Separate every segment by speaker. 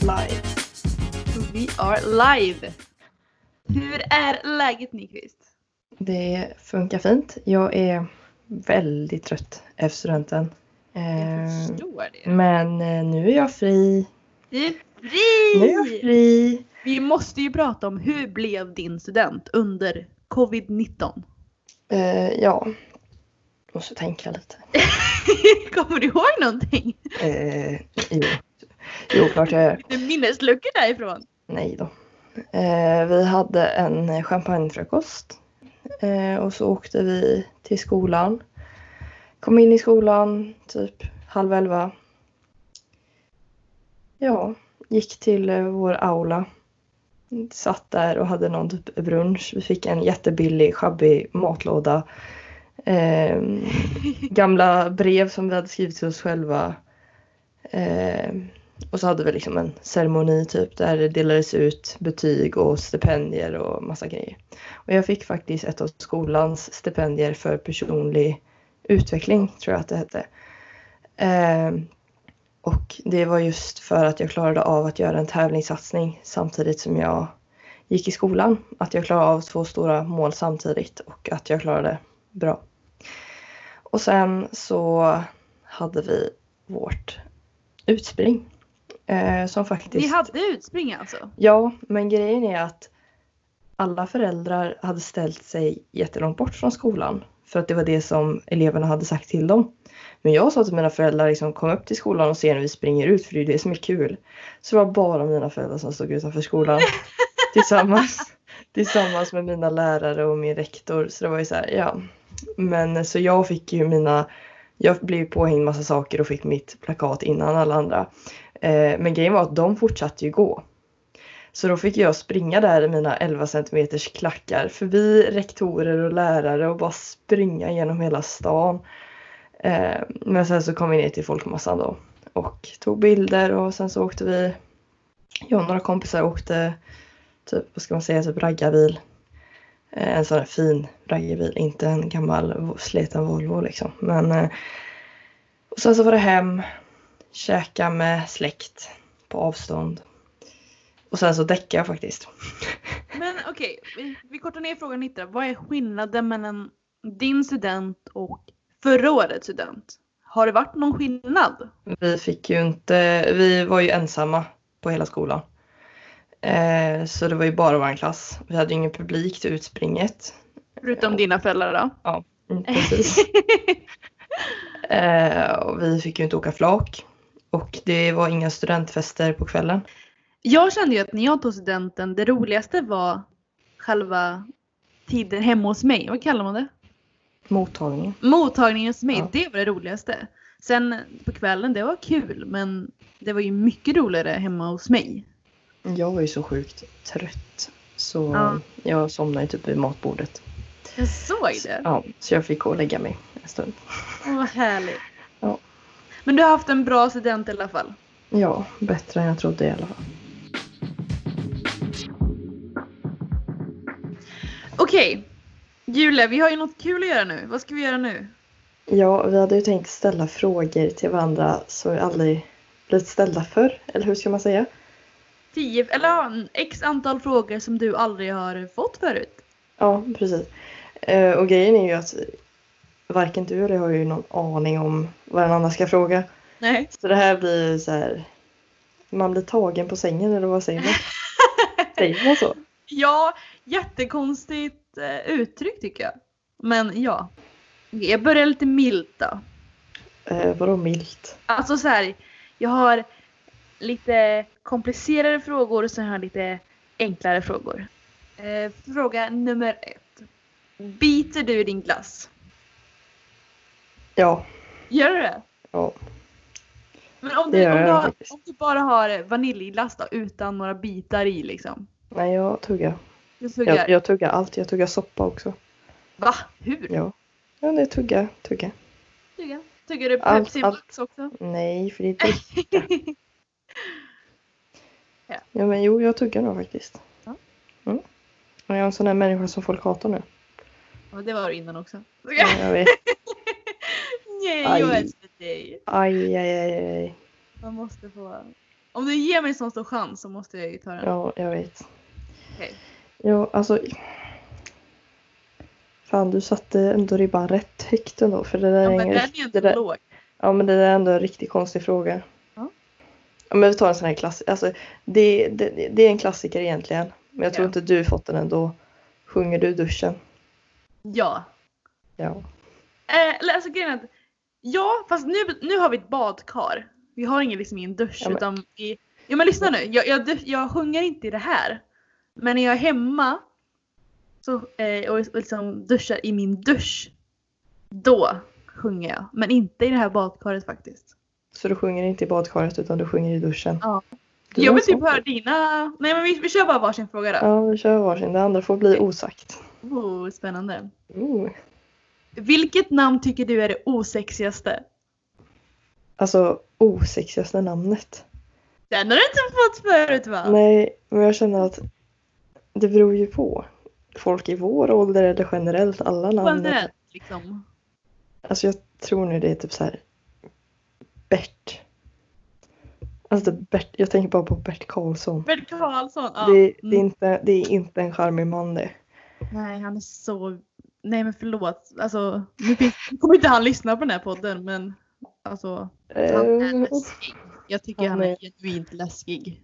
Speaker 1: Live. We are live! Hur är läget Nyqvist?
Speaker 2: Det funkar fint. Jag är väldigt trött efter studenten.
Speaker 1: Jag
Speaker 2: Eh,
Speaker 1: förstår det.
Speaker 2: Men eh, nu är jag fri.
Speaker 1: Vi är
Speaker 2: Nu är jag
Speaker 1: fri!
Speaker 2: fri.
Speaker 1: Vi måste ju prata om hur blev din student under covid-19?
Speaker 2: Eh, Ja. Måste tänka lite.
Speaker 1: Kommer du ihåg någonting?
Speaker 2: Eh, Jo, jo klart jag gör.
Speaker 1: Lite minnesluckor därifrån?
Speaker 2: Nej då. Eh, Vi hade en champagnefrukost. Eh, Och så åkte vi till skolan. Kom in i skolan typ halv elva. Ja, gick till eh, vår aula. Satt där och hade någon typ brunch. Vi fick en jättebillig, sjabbig matlåda. Eh, gamla brev som vi hade skrivit till oss själva. Eh, och så hade vi liksom en ceremoni typ där det delades ut betyg och stipendier och massa grejer. Och jag fick faktiskt ett av skolans stipendier för personlig utveckling, tror jag att det hette. Ehm, och det var just för att jag klarade av att göra en tävlingssatsning samtidigt som jag gick i skolan. Att jag klarade av två stora mål samtidigt och att jag klarade bra. Och sen så hade vi vårt utspring. eh, som faktiskt...
Speaker 1: Ni hade utspring alltså?
Speaker 2: Ja, men grejen är att alla föräldrar hade ställt sig jättelångt bort från skolan. För att det var det som eleverna hade sagt till dem. Men jag sa till mina föräldrar, liksom, kom upp till skolan och se när vi springer ut för det är ju det som är kul. Så det var bara mina föräldrar som stod utanför skolan. tillsammans, tillsammans med mina lärare och min rektor. Så det var ju så här, ja. Men så jag fick ju mina, jag blev påhängd massa saker och fick mitt plakat innan alla andra. Eh, men grejen var att de fortsatte ju gå. Så då fick jag springa där i mina 11 cm klackar förbi rektorer och lärare och bara springa genom hela stan. Eh, men sen så kom vi ner till folkmassan då och tog bilder och sen så åkte vi, jag och några kompisar åkte typ, vad ska man säga, typ raggarbil. Eh, en sån här fin raggarbil, inte en gammal vo- sliten Volvo liksom. Men, eh, och sen så var det hem, käka med släkt på avstånd. Och sen så däckade jag faktiskt.
Speaker 1: Men okej, vi, vi kortar ner frågan lite. Vad är skillnaden mellan din student och förra årets student? Har det varit någon skillnad?
Speaker 2: Vi fick ju inte, vi var ju ensamma på hela skolan. Eh, så det var ju bara vår klass. Vi hade ju ingen publik till utspringet.
Speaker 1: Förutom dina föräldrar då?
Speaker 2: Mm, Precis. eh, och vi fick ju inte åka flak. Och det var inga studentfester på kvällen.
Speaker 1: Jag kände ju att när jag tog studenten, det roligaste var själva tiden hemma hos mig. Vad kallar man det?
Speaker 2: Mottagningen.
Speaker 1: Mottagningen hos mig,
Speaker 2: Ja.
Speaker 1: det var det roligaste. Sen på kvällen, det var kul men det var ju mycket roligare hemma hos mig.
Speaker 2: Jag var ju så sjukt trött. Så
Speaker 1: Ja.
Speaker 2: jag somnade ju typ vid matbordet.
Speaker 1: Jag såg
Speaker 2: Så,
Speaker 1: det.
Speaker 2: ja, så jag fick gå och lägga mig en stund.
Speaker 1: Åh, vad härligt.
Speaker 2: Ja.
Speaker 1: Men du har haft en bra student i alla fall.
Speaker 2: Ja, bättre än jag trodde i alla fall.
Speaker 1: Okej. Julia, vi har ju något kul att göra nu. Vad ska vi göra nu?
Speaker 2: Ja, vi hade ju tänkt ställa frågor till varandra som vi aldrig blivit ställda för, eller hur ska man säga?
Speaker 1: Tio, eller ja, en x antal frågor som du aldrig har fått förut.
Speaker 2: Ja, precis. Eh, Och grejen är ju att varken du eller jag har ju någon aning om vad den andra ska fråga.
Speaker 1: Nej.
Speaker 2: Så det här blir ju så här, man blir tagen på sängen eller vad säger man? säger man så?
Speaker 1: Ja, jättekonstigt eh, uttryck tycker jag. Men ja. Jag börjar lite milt då.
Speaker 2: Eh, vadå milt?
Speaker 1: Alltså så här, jag har lite komplicerade frågor och sen har jag lite enklare frågor. Eh, fråga nummer ett. Biter du i din glass?
Speaker 2: Ja.
Speaker 1: Gör du det?
Speaker 2: ja.
Speaker 1: Men om
Speaker 2: Det
Speaker 1: du,
Speaker 2: gör
Speaker 1: om du,
Speaker 2: jag
Speaker 1: har,
Speaker 2: faktiskt.
Speaker 1: om du bara har vaniljglass då, utan några bitar i liksom.
Speaker 2: Nej, jag tuggar.
Speaker 1: Du tuggar.
Speaker 2: Jag, jag tuggar allt. Jag tuggar soppa också.
Speaker 1: Va? Hur?
Speaker 2: Ja. Ja, det är tugga, tugga.
Speaker 1: Tuggar, tuggar du
Speaker 2: Allt-
Speaker 1: Pepsi
Speaker 2: allt.
Speaker 1: Max också?
Speaker 2: Nej, för det är dricka. ja. men jo, jag tuggar nog faktiskt.
Speaker 1: Ja.
Speaker 2: Mm. Och jag är en sån där människa som folk hatar nu.
Speaker 1: Ja, det var du innan också.
Speaker 2: Ja, jag vet.
Speaker 1: Nej,
Speaker 2: Aj.
Speaker 1: jag älskar dig.
Speaker 2: Aj, aj, aj, aj, aj.
Speaker 1: Man måste få... Om du ger mig en sån stor chans så måste jag ju ta den.
Speaker 2: Ja, jag vet.
Speaker 1: Okej.
Speaker 2: Ja, alltså. Fan, du satte ändå ribban rätt högt ändå. För det där
Speaker 1: Ja,
Speaker 2: är
Speaker 1: men
Speaker 2: ingen
Speaker 1: den är
Speaker 2: rikt-
Speaker 1: ju
Speaker 2: det
Speaker 1: inte
Speaker 2: där,
Speaker 1: låg.
Speaker 2: Ja, men det där är ändå en riktigt konstig fråga.
Speaker 1: Ja.
Speaker 2: Ja, men vi tar en sån här klassiker. Alltså, det, det, det är en klassiker egentligen. Men jag tror
Speaker 1: Ja.
Speaker 2: inte du fått den ändå. Sjunger du i duschen?
Speaker 1: Ja.
Speaker 2: Ja.
Speaker 1: Eh, eller alltså grejen är att... Ja, fast nu, nu har vi ett badkar. Vi har ingen, liksom, ingen dusch
Speaker 2: Ja, men-
Speaker 1: utan vi... Ja men lyssna nu. Jag, jag, dusch- jag sjunger inte i det här. Men när jag är hemma så, eh, och, och liksom duschar i min dusch. Då sjunger jag. Men inte i det här badkaret faktiskt.
Speaker 2: Så du sjunger inte i badkaret utan du sjunger i duschen?
Speaker 1: Ja.
Speaker 2: Du
Speaker 1: jag
Speaker 2: var
Speaker 1: vill typ
Speaker 2: sån.
Speaker 1: höra dina... Nej men vi, vi kör bara varsin fråga då.
Speaker 2: Ja, vi kör varsin. Det andra får bli osagt.
Speaker 1: Oh, spännande.
Speaker 2: Mm.
Speaker 1: Vilket namn tycker du är det osexigaste?
Speaker 2: Alltså, osexigaste namnet.
Speaker 1: Den har du inte fått förut va?
Speaker 2: Nej, men jag känner att det beror ju på. Folk i vår ålder eller generellt, alla namn. är-
Speaker 1: Generellt liksom.
Speaker 2: Alltså jag tror nu det är typ så här. Bert. Alltså Bert, jag tänker bara på Bert Karlsson.
Speaker 1: Bert Karlsson. Ja.
Speaker 2: Det, det, är
Speaker 1: Mm.
Speaker 2: inte, det är inte en charmig man det.
Speaker 1: Nej han är så... Nej men förlåt. Alltså, nu finns... nu kommer inte han lyssna på den här podden men alltså. Han är
Speaker 2: Eh,
Speaker 1: läskig. Jag tycker
Speaker 2: Ja,
Speaker 1: han är
Speaker 2: nej.
Speaker 1: genuint läskig.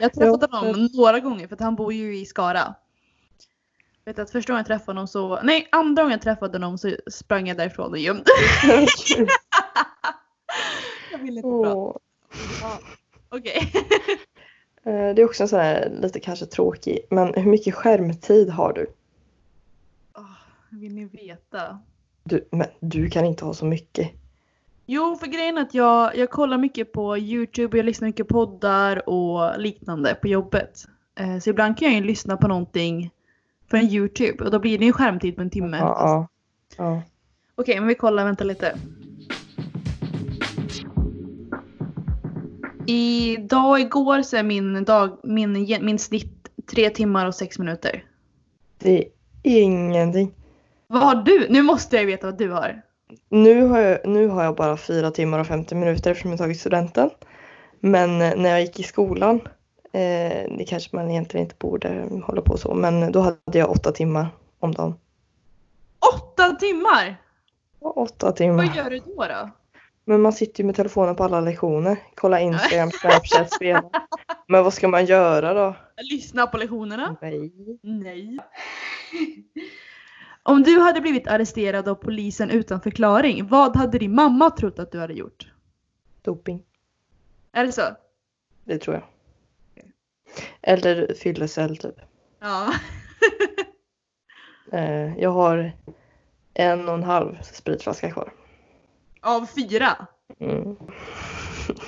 Speaker 1: Jag har träffat
Speaker 2: Ja,
Speaker 1: honom några gånger för att han bor ju i Skara. Vet du, att första gången jag träffade honom så, nej andra gången jag träffade honom så sprang jag därifrån och gömde Jag ville inte prata.
Speaker 2: Åh.
Speaker 1: Okej.
Speaker 2: Eh, Det är också en sån här lite kanske tråkig, men hur mycket skärmtid har du?
Speaker 1: Åh, vill ni veta?
Speaker 2: du men du kan inte ha så mycket.
Speaker 1: Jo för grejen är att jag, jag kollar mycket på Youtube och jag lyssnar mycket på poddar och liknande på jobbet. Eh, Så ibland kan jag ju lyssna på någonting från Youtube och då blir det ju skärmtid på en timme.
Speaker 2: Ja, ja, ja.
Speaker 1: Okej, men vi kollar. Vänta lite. Idag och igår så är min, dag, min, ge- min snitt tre timmar och sex minuter.
Speaker 2: Det är ingenting.
Speaker 1: Vad har du? Nu måste jag veta vad du har.
Speaker 2: Nu har, jag, nu har jag bara fyra timmar och 50 minuter eftersom jag tagit studenten. Men eh, när jag gick i skolan, eh, det kanske man egentligen inte borde hålla på så, men då hade jag åtta timmar om dagen.
Speaker 1: Åtta timmar!
Speaker 2: Ja, Åtta
Speaker 1: Vad
Speaker 2: timmar.
Speaker 1: gör du då? då?
Speaker 2: Men man sitter ju med telefonen på alla lektioner. Kolla Instagram, Snapchat, spela. Men vad ska man göra då?
Speaker 1: Lyssna på lektionerna?
Speaker 2: Nej.
Speaker 1: Nej. Om du hade blivit arresterad av polisen utan förklaring, vad hade din mamma trott att du hade gjort?
Speaker 2: Doping.
Speaker 1: Är det så?
Speaker 2: Det tror jag. Eller fyllecell typ.
Speaker 1: Ja.
Speaker 2: Eh, jag har en och en halv spritflaska kvar.
Speaker 1: Av fyra?
Speaker 2: Mm.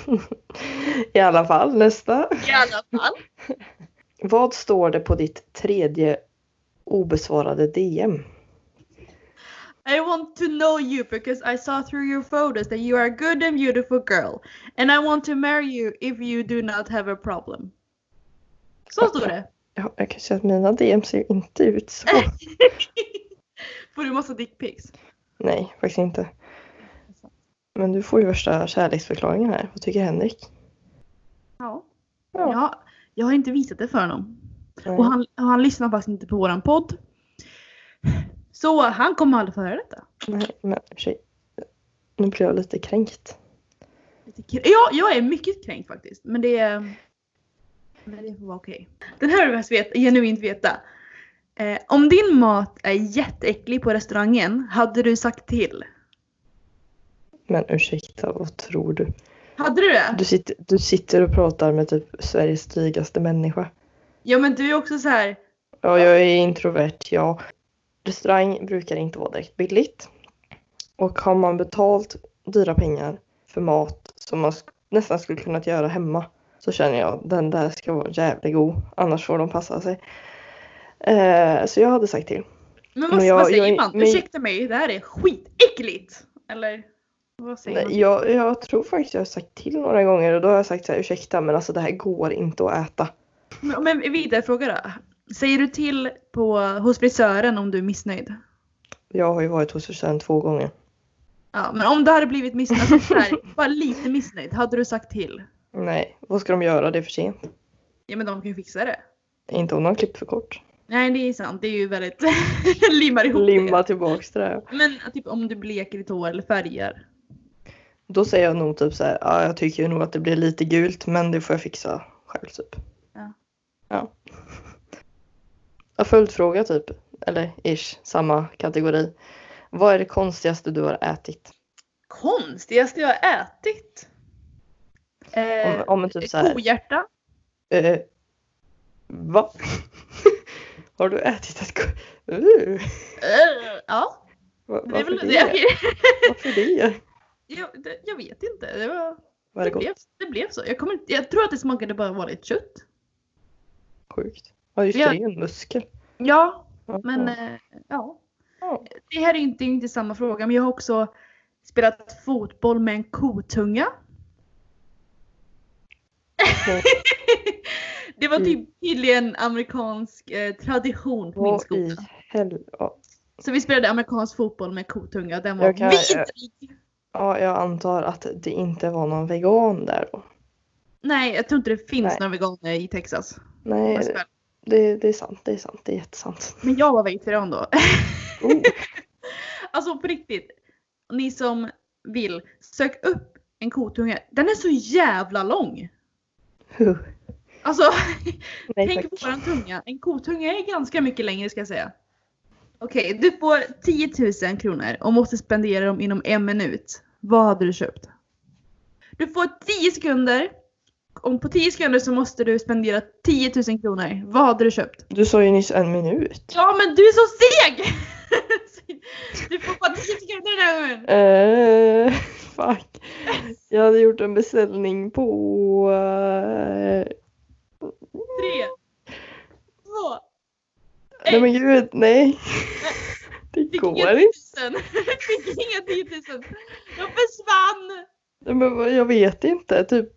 Speaker 2: I alla fall nästa.
Speaker 1: I alla fall.
Speaker 2: Vad står det på ditt tredje obesvarade DM?
Speaker 1: I want to know you because I saw through your photos that you are a good and beautiful girl. And I want to marry you if you do not have a problem. Så står det.
Speaker 2: Ja, jag kan säga att mina DM ser ju inte ut så.
Speaker 1: Äh! Får du massa dickpics?
Speaker 2: Nej, faktiskt inte. Men du får ju värsta kärleksförklaringen här. Vad tycker Henrik?
Speaker 1: Ja.
Speaker 2: Ja.
Speaker 1: ja. Jag har inte visat det för honom.
Speaker 2: Nej.
Speaker 1: Och han, och han lyssnar faktiskt inte på våran podd. Så han kommer aldrig få höra detta.
Speaker 2: Nej, men i och för sig. Nu blir jag lite kränkt.
Speaker 1: Lite kr- Ja, jag är mycket kränkt faktiskt. Men det, är- men det får vara okej. Den här vill jag veta, genuint veta. Eh, om din mat är jätteäcklig på restaurangen, hade du sagt till?
Speaker 2: Men ursäkta, vad tror du?
Speaker 1: Hade du det?
Speaker 2: Du, sitter, du sitter och pratar med typ Sveriges drygaste människa.
Speaker 1: Ja men du är också så här.
Speaker 2: Ja, jag är introvert, ja. Restaurang brukar inte vara direkt billigt. Och har man betalt dyra pengar för mat som man sk- nästan skulle kunnat göra hemma så känner jag den där ska vara jävligt god, annars får de passa sig. Eh, så jag hade sagt till.
Speaker 1: Men
Speaker 2: Men
Speaker 1: vad,
Speaker 2: jag-
Speaker 1: vad säger
Speaker 2: jag-
Speaker 1: man?
Speaker 2: men-
Speaker 1: Ursäkta mig, det här är skitäckligt! Eller vad säger
Speaker 2: Nej,
Speaker 1: man?
Speaker 2: Jag, jag tror faktiskt jag har sagt till några gånger och då har jag sagt så här, ursäkta men alltså det här går inte att äta.
Speaker 1: Men, men vidare fråga då. Säger du till på, hos frisören om du är missnöjd?
Speaker 2: Jag har ju varit hos frisören två gånger.
Speaker 1: Ja, men om du hade blivit missnöjd, alltså så här, bara lite missnöjd, hade du sagt till?
Speaker 2: Nej, vad ska de göra? Det är för sent.
Speaker 1: Ja men de kan ju fixa det.
Speaker 2: Inte om de klippt för kort.
Speaker 1: Nej det är sant, det är ju väldigt limmar ihop
Speaker 2: Limma tillbaks det där.
Speaker 1: det. Men typ om du bleker ditt hår eller färgar.
Speaker 2: Då säger jag nog typ så här, ja jag tycker nog att det blir lite gult men det får jag fixa själv typ.
Speaker 1: Ja.
Speaker 2: Ja. Ja, Följdfråga typ, eller ish, samma kategori. Vad är det konstigaste du har ätit?
Speaker 1: Konstigaste jag har ätit?
Speaker 2: Om,
Speaker 1: Eh,
Speaker 2: om en typ så här,
Speaker 1: kohjärta?
Speaker 2: Eh, va? Har du ätit ett ko- uh,
Speaker 1: Eh, ja,
Speaker 2: va,
Speaker 1: det är
Speaker 2: varför,
Speaker 1: väl
Speaker 2: det
Speaker 1: det. okej.
Speaker 2: varför det?
Speaker 1: Jag, det, jag vet inte. Det, var,
Speaker 2: Var det
Speaker 1: det,
Speaker 2: gott?
Speaker 1: blev, det blev så. Jag, kommer, inte- jag tror att det smakade bara vanligt kött.
Speaker 2: Sjukt. Ja just det,
Speaker 1: Ja.
Speaker 2: det är ju en muskel.
Speaker 1: Ja,
Speaker 2: Ja.
Speaker 1: men eh, ja.
Speaker 2: Ja.
Speaker 1: Det här är ju inte, inte samma fråga men jag har också spelat fotboll med en kotunga.
Speaker 2: Okej. Mm.
Speaker 1: det var typ tydligen amerikansk eh, tradition på min
Speaker 2: Vad i
Speaker 1: skola.
Speaker 2: hel... ja.
Speaker 1: Så vi spelade amerikansk fotboll med kotunga. Den var
Speaker 2: Jag kan-
Speaker 1: vidrig!
Speaker 2: ja, jag antar att det inte var någon vegan där då.
Speaker 1: Nej, jag tror inte det finns
Speaker 2: Nej.
Speaker 1: några veganer i Texas.
Speaker 2: Nej, det, det är sant, det är sant, det är jättesant.
Speaker 1: Men jag var vegetarian då.
Speaker 2: Oh,
Speaker 1: Alltså på riktigt. Ni som vill, sök upp en kotunga. Den är så jävla lång.
Speaker 2: huh.
Speaker 1: Alltså,
Speaker 2: Nej
Speaker 1: tänk på
Speaker 2: tack.
Speaker 1: våran tunga. En kotunga är ganska mycket längre ska jag säga. Okej, du får 10 000 kronor och måste spendera dem inom en minut. Vad hade du köpt? Du får 10 sekunder. Om på 10 sekunder så måste du spendera 10 000 kronor. Vad hade du köpt?
Speaker 2: Du sa ju nyss en minut.
Speaker 1: Ja men du är så seg! Du får bara 10 sekunder den här gången.
Speaker 2: Eh, fuck. Jag hade gjort en beställning på... eh,
Speaker 1: Tre. Två.
Speaker 2: Nej men gud, nej. Det
Speaker 1: Fick
Speaker 2: går
Speaker 1: inga
Speaker 2: inte.
Speaker 1: 10 000. Fick inga 10 000. Jag försvann.
Speaker 2: Nej, Men vad- jag vet inte, typ.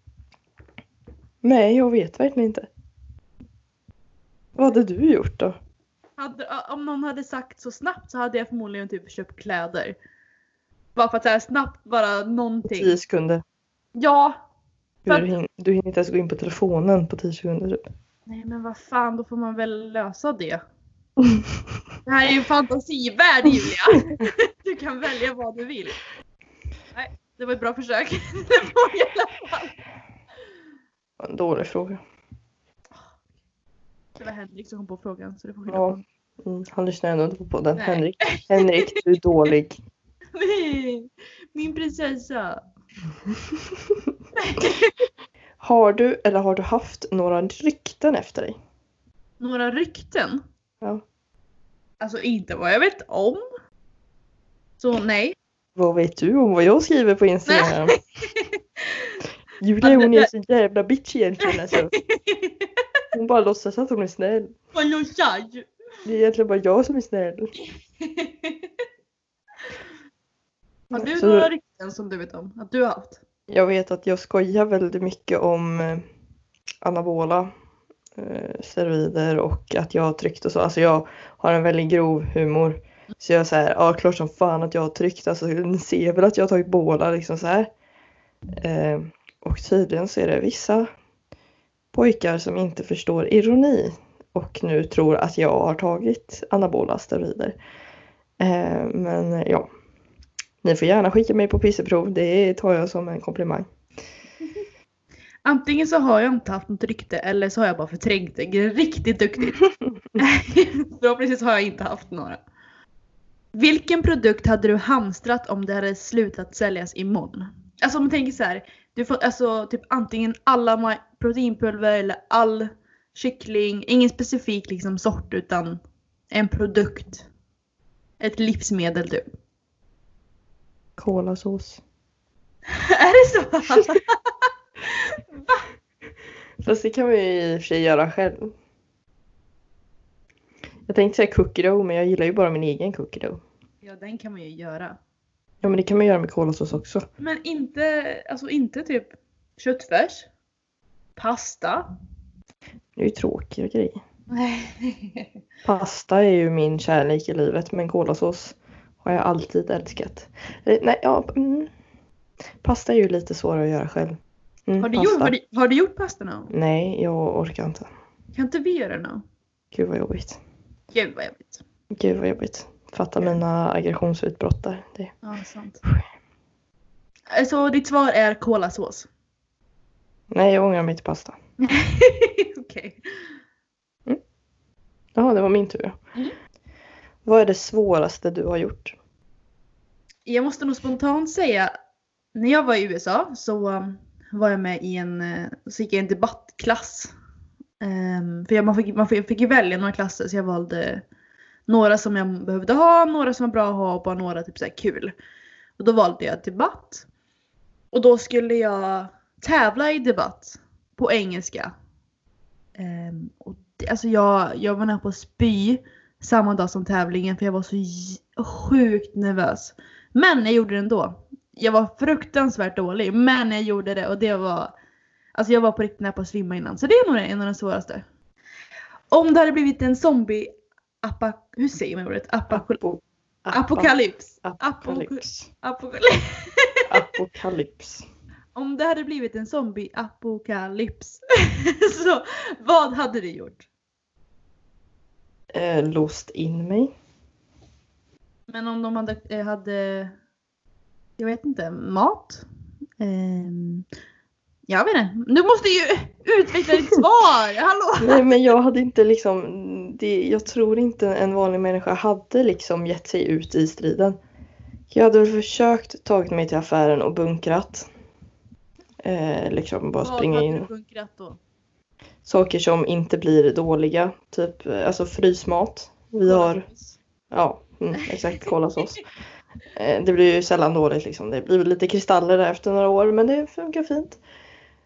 Speaker 2: Nej, jag vet verkligen inte. Vad hade du gjort då?
Speaker 1: Hade, om någon hade sagt så snabbt så hade jag förmodligen typ köpt kläder. Bara för att såhär snabbt bara någonting.
Speaker 2: Tio sekunder.
Speaker 1: Ja.
Speaker 2: Hur hin- du hinner inte ens gå in på telefonen på tio sekunder typ.
Speaker 1: Nej men vad fan, då får man väl lösa det. Det här är ju en fantasivärld Julia. Du kan välja vad du vill. Nej, det var ett bra försök. Det var i alla fall.
Speaker 2: En dålig fråga.
Speaker 1: Det var Henrik som kom på frågan så det får skylla på
Speaker 2: Ja. Mm, han lyssnar ändå inte på podden.
Speaker 1: Nej.
Speaker 2: Henrik. Henrik, du är dålig.
Speaker 1: Nej, Min prinsessa.
Speaker 2: Har du eller har du haft några rykten efter dig?
Speaker 1: Några rykten?
Speaker 2: Ja.
Speaker 1: Alltså inte vad jag vet om. Så nej.
Speaker 2: Vad vet du om vad jag skriver på Instagram? Julia
Speaker 1: Men det-
Speaker 2: hon är så jävla bitch egentligen alltså. Hon bara låtsas att hon är snäll.
Speaker 1: Vad låtsas du?
Speaker 2: Det är egentligen bara jag som är snäll.
Speaker 1: Har du
Speaker 2: Så-
Speaker 1: några rykten som du vet om? Att du har haft?
Speaker 2: Jag vet att jag skojar väldigt mycket om eh, anabola eh, steroider och att jag har tryckt och så. Alltså jag har en väldigt grov humor. Så jag säger, ja klart som fan att jag har tryckt. Alltså ni ser väl att jag har tagit båla liksom så här. Eh, och tydligen så är det vissa pojkar som inte förstår ironi och nu tror att jag har tagit anabola steroider. Eh, men eh, ja. Ni får gärna skicka mig på pisseprov, det tar jag som en komplimang.
Speaker 1: Antingen så har jag inte haft något rykte eller så har jag bara förträngt det. Det är Riktigt duktigt. Förhoppningsvis har jag inte haft några. Vilken produkt hade du hamstrat om det hade slutat säljas imorgon? Alltså om man tänker så här. Du får alltså typ antingen alla ma- proteinpulver eller all kyckling. Ingen specifik liksom sort utan en produkt. Ett livsmedel typ.
Speaker 2: Kolasås.
Speaker 1: Är det så?
Speaker 2: Fast det kan man ju i och för sig göra själv. Jag tänkte säga cookie dough, men jag gillar ju bara min egen cookie dough.
Speaker 1: ja den kan man ju göra.
Speaker 2: Ja, men det kan man göra med kolasås också.
Speaker 1: Men inte, alltså inte typ köttfärs. Pasta.
Speaker 2: Det är ju tråkiga grejer.
Speaker 1: Nej.
Speaker 2: Pasta är ju min kärlek i livet, men kolasås har jag alltid älskat. Eller, nej, ja, mm. Pasta är ju lite svårare att göra själv. Mm,
Speaker 1: Har du,
Speaker 2: pasta.
Speaker 1: gjort, har, du, har du gjort pasta någon gång?
Speaker 2: Nej, jag orkar inte.
Speaker 1: Kan inte vi göra någon?
Speaker 2: Gud vad jobbigt.
Speaker 1: Gud vad jobbigt.
Speaker 2: Gud vad jobbigt. Fatta mina aggressionsutbrott där. Det.
Speaker 1: Ja, sant. Så ditt svar är kolasås?
Speaker 2: Nej, jag ångrar mig till pasta.
Speaker 1: Okej.
Speaker 2: Jaha, det var min tur.
Speaker 1: Mm.
Speaker 2: Vad är det svåraste du har gjort?
Speaker 1: Jag måste nog spontant säga, när jag var i USA så um, var jag med i en, eh, så gick jag i en debattklass. Ehm, för jag, man, fick, man fick, fick ju välja några klasser så jag valde några som jag behövde ha, några som var bra att ha och bara några typ så här kul. Och då valde jag debatt. Och då skulle jag tävla i debatt på engelska. Ehm, och det, alltså jag, jag var nära på att spy samma dag som tävlingen för jag var så j- sjukt nervös. Men jag gjorde det ändå. Jag var fruktansvärt dålig, men jag gjorde det och det var... Alltså jag var på riktigt nära på att svimma innan, så det är nog en av de svåraste. Om det hade blivit en zombie... Apa, hur säger man ordet? Apa,
Speaker 2: Apo-
Speaker 1: apokalyps. Apokalyps.
Speaker 2: Apokalyps.
Speaker 1: Apokalyps.
Speaker 2: Apokalyps.
Speaker 1: Om det hade blivit en zombie-apokalyps, så vad hade du gjort?
Speaker 2: Eh, låst in mig.
Speaker 1: Men om de hade, eh, hade jag vet inte, mat? Ehm, jag vet inte. Du måste ju utveckla ditt svar! Hallå!
Speaker 2: Nej men jag hade inte liksom, det, jag tror inte en vanlig människa hade liksom gett sig ut i striden. Jag hade väl försökt tagit mig till affären och bunkrat. Eh, liksom bara springa
Speaker 1: hade du
Speaker 2: in.
Speaker 1: bunkrat då?
Speaker 2: Saker som inte blir dåliga, typ eh, alltså frysmat. Vi har, ja mm, exakt kolasås. Eh, det blir ju sällan dåligt liksom. Det blir väl lite kristaller där efter några år men det funkar fint.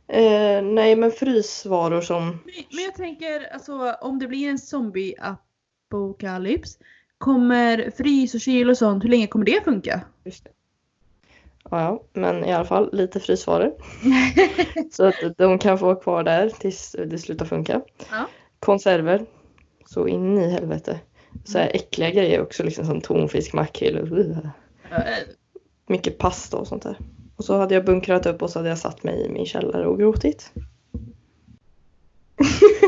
Speaker 2: Eh, nej men frysvaror som,
Speaker 1: Men, men jag tänker alltså om det blir en zombie-apokalyps, kommer frys och kyl och sånt, hur länge kommer det funka?
Speaker 2: Just det. Ja, ja, men i alla fall lite frysvaror. så att de kan få vara kvar där tills det slutar funka.
Speaker 1: Ja.
Speaker 2: Konserver. Så in i helvete. Så här äckliga grejer också, liksom som tonfisk, makrill. uh,
Speaker 1: Eh,
Speaker 2: Mycket pasta och sånt där. Och så hade jag bunkrat upp och så hade jag satt mig i min källare och gråtit.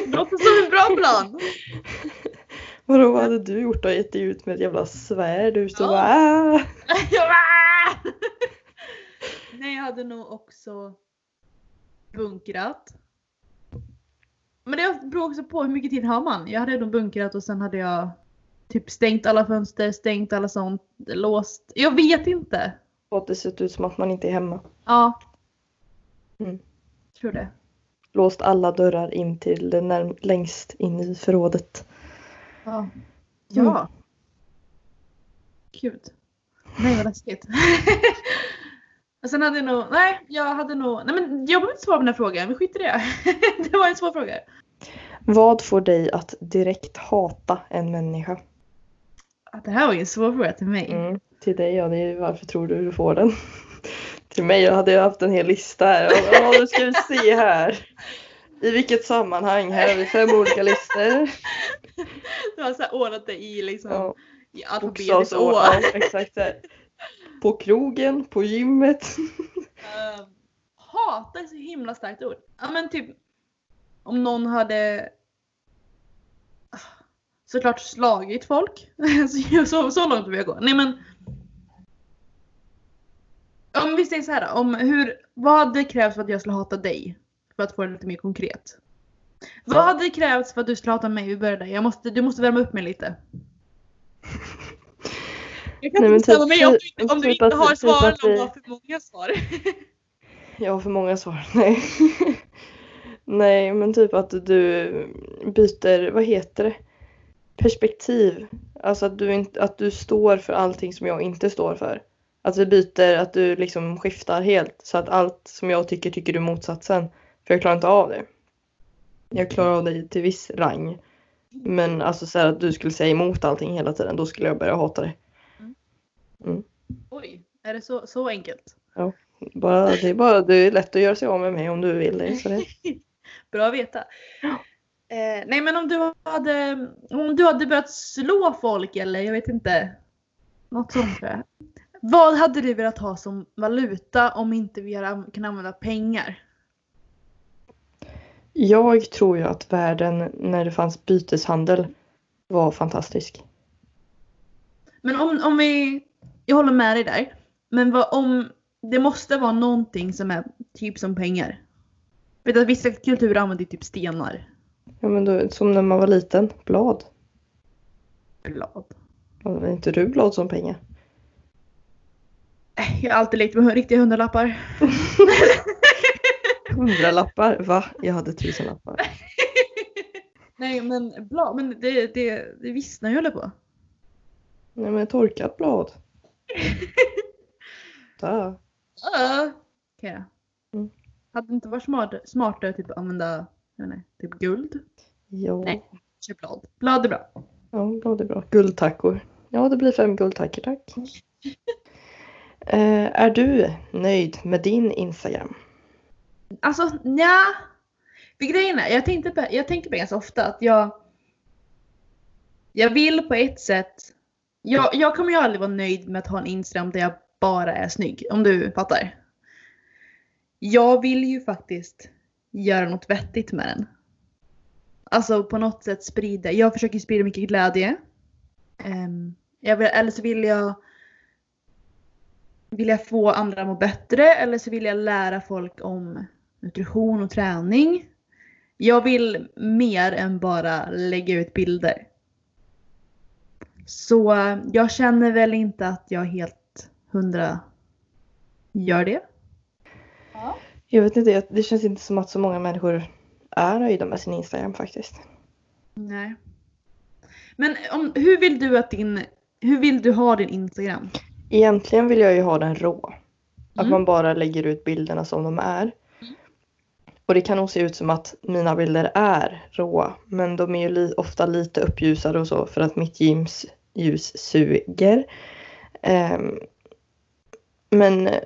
Speaker 1: Låter som en bra plan!
Speaker 2: Vadå, vad hade du gjort då? Gett dig ut med ett jävla svärd ut och
Speaker 1: Ja.
Speaker 2: bara "Ah!"
Speaker 1: Jag bara, "Ah!" Nej, jag hade nog också bunkrat. Men det beror också på hur mycket tid har man. Jag hade nog bunkrat och sen hade jag typ stängt alla fönster, stängt alla sånt, låst. Jag vet inte.
Speaker 2: Och det sett ut som att man inte är hemma.
Speaker 1: Ja.
Speaker 2: Mm.
Speaker 1: Tror det.
Speaker 2: Låst alla dörrar in till det närm- längst in i förrådet.
Speaker 1: Ja. Ja. Gud. Nej vad läskigt. Och sen hade jag nog, nej jag hade nog, nej men jag behöver inte svara på den här frågan, vi skiter i det. det var en svår fråga.
Speaker 2: Vad får dig att direkt hata en människa?
Speaker 1: Att Ah, det här var ju en svår fråga till mig.
Speaker 2: Mm. Till dig, ja, det är ju varför tror du du får den? Till mig, jag hade ju haft en hel lista här. Ja, nu ska vi se här. I vilket sammanhang? Här har vi fem olika listor.
Speaker 1: Du har så här ordnat det i liksom
Speaker 2: Ja,
Speaker 1: i alfabetiskt
Speaker 2: bokstavsord.
Speaker 1: år.
Speaker 2: Ja, exakt. Så här. På krogen, på gymmet.
Speaker 1: Eh, hata är så himla starkt ord. Ja men typ om någon hade Ah, såklart slagit folk. Så- så, så långt vill jag gå. Nej men om vi säger så här då, om hur, vad hade krävts för att jag skulle hata dig? För att få det lite mer konkret. Vad hade krävts för att du skulle hata mig? Vi börjar där. Jag måste, du måste värma upp mig lite. Jag kan
Speaker 2: Nej, men
Speaker 1: inte ställa
Speaker 2: typ-
Speaker 1: mig om du inte, om du
Speaker 2: typ
Speaker 1: inte
Speaker 2: att-
Speaker 1: har
Speaker 2: typ
Speaker 1: svaren om
Speaker 2: att vi-
Speaker 1: du har för många svar.
Speaker 2: Jag har för många svar. Nej. Nej, men typ att du byter, vad heter det? Perspektiv. Alltså att du, inte, att du står för allting som jag inte står för. Att vi byter, att du liksom skiftar helt. Så att allt som jag tycker, tycker du motsatsen. För jag klarar inte av det. Jag klarar av dig till viss rang. Men alltså så här att du skulle säga emot allting hela tiden, då skulle jag börja hata dig.
Speaker 1: Oj, är det så, så enkelt?
Speaker 2: Bara, det, är bara, det är lätt att göra sig av med mig om du vill det. Så det
Speaker 1: Bra att veta. Eh, nej men om du hade, om du hade börjat slå folk eller jag vet inte. Något sånt tror jag. Vad hade du velat ha som valuta om inte vi hade an- kunnat använda pengar?
Speaker 2: Jag tror ju att världen när det fanns byteshandel var fantastisk.
Speaker 1: Men om, om vi, jag håller med dig där. Men vad om, det måste vara någonting som är typ som pengar. Vet du att vissa kulturer använder typ stenar.
Speaker 2: Ja, men då, som när man var liten, blad.
Speaker 1: Blad.
Speaker 2: Är inte du blad som pengar?
Speaker 1: Äh, Jag har alltid lekt med riktiga hundralappar.
Speaker 2: Hundralappar? Va? Jag hade tusenlappar.
Speaker 1: Nej men blad, men det, det, det vissnar ju håller på.
Speaker 2: Nej men torkat blad. Da.
Speaker 1: Ja. Okej då.
Speaker 2: Mm.
Speaker 1: Hade det inte varit smart, smartare typ att använda jag vet inte, typ guld?
Speaker 2: Ja.
Speaker 1: Nej. Köp blad. Blad är bra.
Speaker 2: ja, blad är bra. Guldtackor. Ja, det blir fem guldtackor tack. Eh, är du nöjd med din Instagram?
Speaker 1: Alltså nja. För grejen är, jag, tänkte på, jag tänker på det ganska ofta att jag Jag vill på ett sätt jag, jag kommer ju aldrig vara nöjd med att ha en Instagram där jag bara är snygg. Om du fattar. Jag vill ju faktiskt göra något vettigt med den. Alltså på något sätt sprida. Jag försöker sprida mycket glädje. Ehm, jag vill, eller så vill jag vill jag få andra att må bättre eller så vill jag lära folk om nutrition och träning. Jag vill mer än bara lägga ut bilder. Så eh, jag känner väl inte att jag helt hundra gör det.
Speaker 2: Jag vet inte, jag- det känns inte som att så många människor är nöjda med sin Instagram faktiskt.
Speaker 1: Nej. Men om, hur vill du att din, hur vill du ha din Instagram?
Speaker 2: Egentligen vill jag ju ha den rå. Att
Speaker 1: Mm.
Speaker 2: man bara lägger ut bilderna som de är. Och det kan nog se ut som att mina bilder är råa. Men de är ju li- ofta lite uppljusade och så för att mitt gyms ljus suger. Ehm, men eh,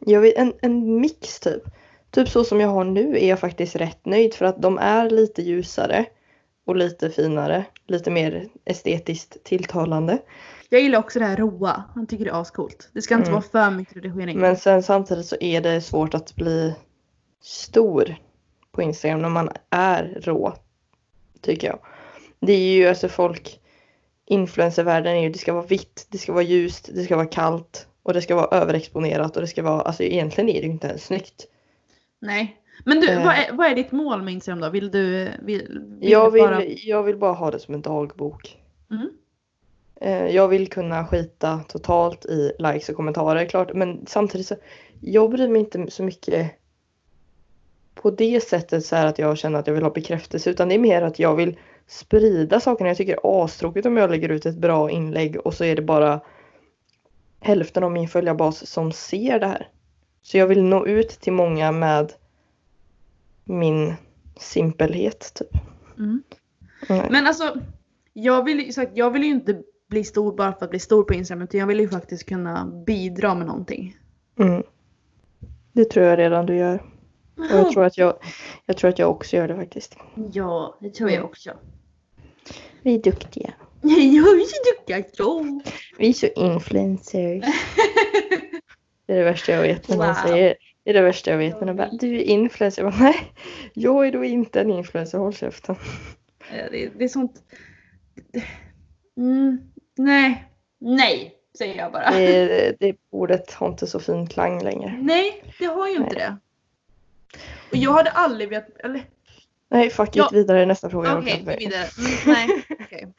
Speaker 2: jag vet, en, en mix typ. Typ så som jag har nu är jag faktiskt rätt nöjd för att de är lite ljusare. Och lite finare. Lite mer estetiskt tilltalande.
Speaker 1: Jag gillar också det här roa. Jag tycker det är ascoolt. Det ska inte
Speaker 2: Mm.
Speaker 1: vara för mycket redigering.
Speaker 2: Men sen samtidigt så är det svårt att bli stor på Instagram när man är rå. Tycker jag. Det är ju alltså folk, influencervärlden är ju det ska vara vitt, det ska vara ljust, det ska vara kallt och det ska vara överexponerat och det ska vara, alltså egentligen är det ju inte ens snyggt.
Speaker 1: Nej. Men du,
Speaker 2: Eh.
Speaker 1: vad, är, vad är ditt mål med Instagram då? Vill du... Vill, vill
Speaker 2: Jag
Speaker 1: du bara-
Speaker 2: vill, jag vill bara ha det som en dagbok.
Speaker 1: Mm.
Speaker 2: Eh, Jag vill kunna skita totalt i likes och kommentarer klart men samtidigt så jag bryr mig inte så mycket på det sättet så här att jag känner att jag vill ha bekräftelse utan det är mer att jag vill sprida sakerna. Jag tycker det är astråkigt om jag lägger ut ett bra inlägg och så är det bara hälften av min följarbas som ser det här. Så jag vill nå ut till många med min simpelhet typ.
Speaker 1: Mm.
Speaker 2: Mm.
Speaker 1: Men alltså, jag vill, ju- sagt, jag vill ju inte bli stor bara för att bli stor på Instagram utan jag vill ju faktiskt kunna bidra med någonting.
Speaker 2: Mm. Det tror jag redan du gör. Och jag tror att jag, jag tror att jag också gör det faktiskt.
Speaker 1: Ja, det tror jag också.
Speaker 2: Vi är duktiga.
Speaker 1: Jag är så duktig! Ja.
Speaker 2: Vi är så influencers. Det är det värsta jag vet när någon
Speaker 1: Wow.
Speaker 2: säger det är det värsta jag vet när de bara du är influencer. Jag bara, nej, jag är då inte en influencer, håll käften.
Speaker 1: Eh, Det, det är sånt... Mm, nej. Nej, säger jag bara.
Speaker 2: Det, det ordet har inte så fin klang längre.
Speaker 1: Nej, det har ju inte det. Och jag hade aldrig velat... Eller
Speaker 2: Nej, fuck it,
Speaker 1: Ja.
Speaker 2: vidare nästa fråga. Jag orkar
Speaker 1: Okej,
Speaker 2: inte
Speaker 1: okay,
Speaker 2: mer.
Speaker 1: vidare. Mm, nej. okej.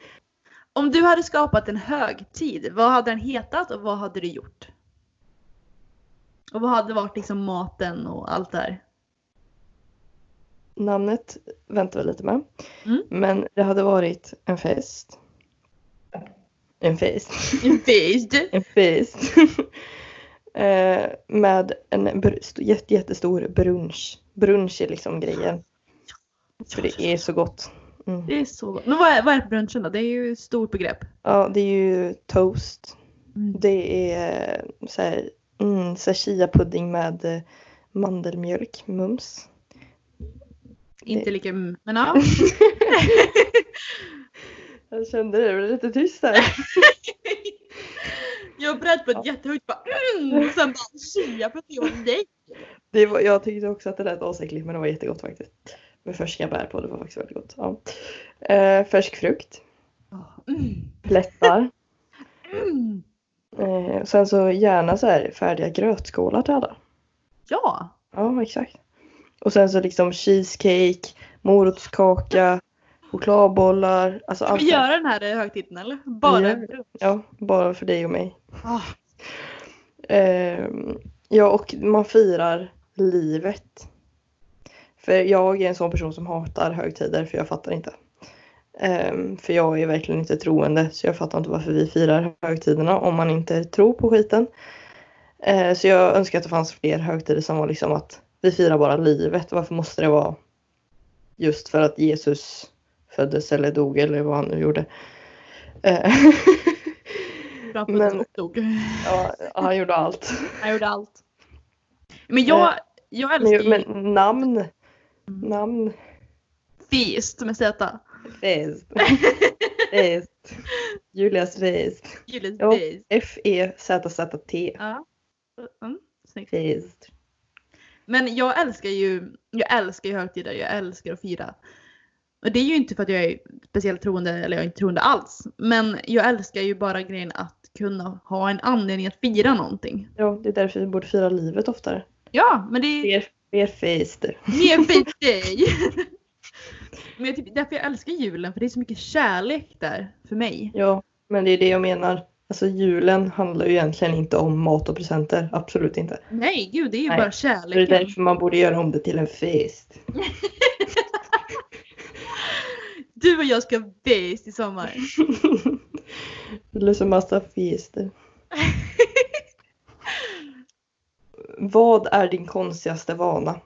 Speaker 1: Om du hade skapat en högtid, vad hade den hetat och vad hade du gjort? Och vad hade varit liksom maten och allt det här?
Speaker 2: Namnet väntar vi lite med.
Speaker 1: Mm.
Speaker 2: Men det hade varit en fest. En fest.
Speaker 1: Visst.
Speaker 2: en fest. eh, med en br- st- jätte- jättestor brunch. Brunch är liksom grejen. För det är så gott. Mm.
Speaker 1: Det är så gott. Men vad är, vad är brunchen då? Det är ju ett stort begrepp.
Speaker 2: Ja, det är ju toast. Det är eh, så här, mm, så här chia-pudding med eh, mandelmjölk, mums.
Speaker 1: Inte lika mm, men ja.
Speaker 2: Jag kände det, det blev lite tyst här.
Speaker 1: Jag bröt på ett jättehögt bara mm, och sen bara chia för att jag nej.
Speaker 2: Det var, jag tyckte också att det lät asäckligt men det var jättegott faktiskt. Med färska bär på, det var faktiskt väldigt gott. Ja. Eh, färsk frukt,
Speaker 1: Mm,
Speaker 2: plättar.
Speaker 1: mm.
Speaker 2: Eh, sen så gärna så här färdiga grötskålar till alla.
Speaker 1: Ja.
Speaker 2: Ja, exakt. Och sen så liksom cheesecake, morotskaka, chokladbollar. Alltså
Speaker 1: Ska
Speaker 2: allt.
Speaker 1: vi
Speaker 2: det här.
Speaker 1: göra den här eh, högtiden eller? Bara
Speaker 2: Vi gör
Speaker 1: en brunch.
Speaker 2: Ja, bara för dig och mig.
Speaker 1: Ah,
Speaker 2: Ehm, ja, och man firar livet. För jag är en sån person som hatar högtider för jag fattar inte. Ehm, för jag är verkligen inte troende så jag fattar inte varför vi firar högtiderna om man inte tror på skiten. Ehm, så jag önskar att det fanns fler högtider som var liksom att vi firar bara livet. Varför måste det vara just för att Jesus föddes eller dog eller vad han nu gjorde. Ehm,
Speaker 1: framför
Speaker 2: Men-
Speaker 1: att jag dog.
Speaker 2: ja, han gjorde allt.
Speaker 1: Jag gjorde allt. Eh, Men jag, jag älskar ju
Speaker 2: Men, men namn. Namn.
Speaker 1: feast med Z.
Speaker 2: Fest. Fest. Julias fest. E
Speaker 1: Julius
Speaker 2: Ja.
Speaker 1: feast.
Speaker 2: F-E-Z-Z-T.
Speaker 1: Ja. Mm, snyggt.
Speaker 2: Fest.
Speaker 1: Men jag älskar ju, jag älskar ju högtider, jag älskar att fira. Och det är ju inte för att jag är speciellt troende eller jag är inte troende alls. Men jag älskar ju bara grejen att kunna ha en anledning att fira någonting.
Speaker 2: Ja, det är därför vi borde fira livet oftare.
Speaker 1: Ja, men det är
Speaker 2: Fler, fler fester.
Speaker 1: mer fint dig. Men jag tycker, därför jag älskar julen, för det är så mycket kärlek där för mig.
Speaker 2: Ja, men det är det jag menar. Alltså julen handlar ju egentligen inte om mat och presenter. Absolut inte.
Speaker 1: Nej, gud, det är ju
Speaker 2: Nej,
Speaker 1: bara
Speaker 2: Det är
Speaker 1: kärleken.
Speaker 2: därför man borde göra om det till en fest.
Speaker 1: Du och jag ska bäst i sommar.
Speaker 2: Eller så massa fester. Vad är din konstigaste vana?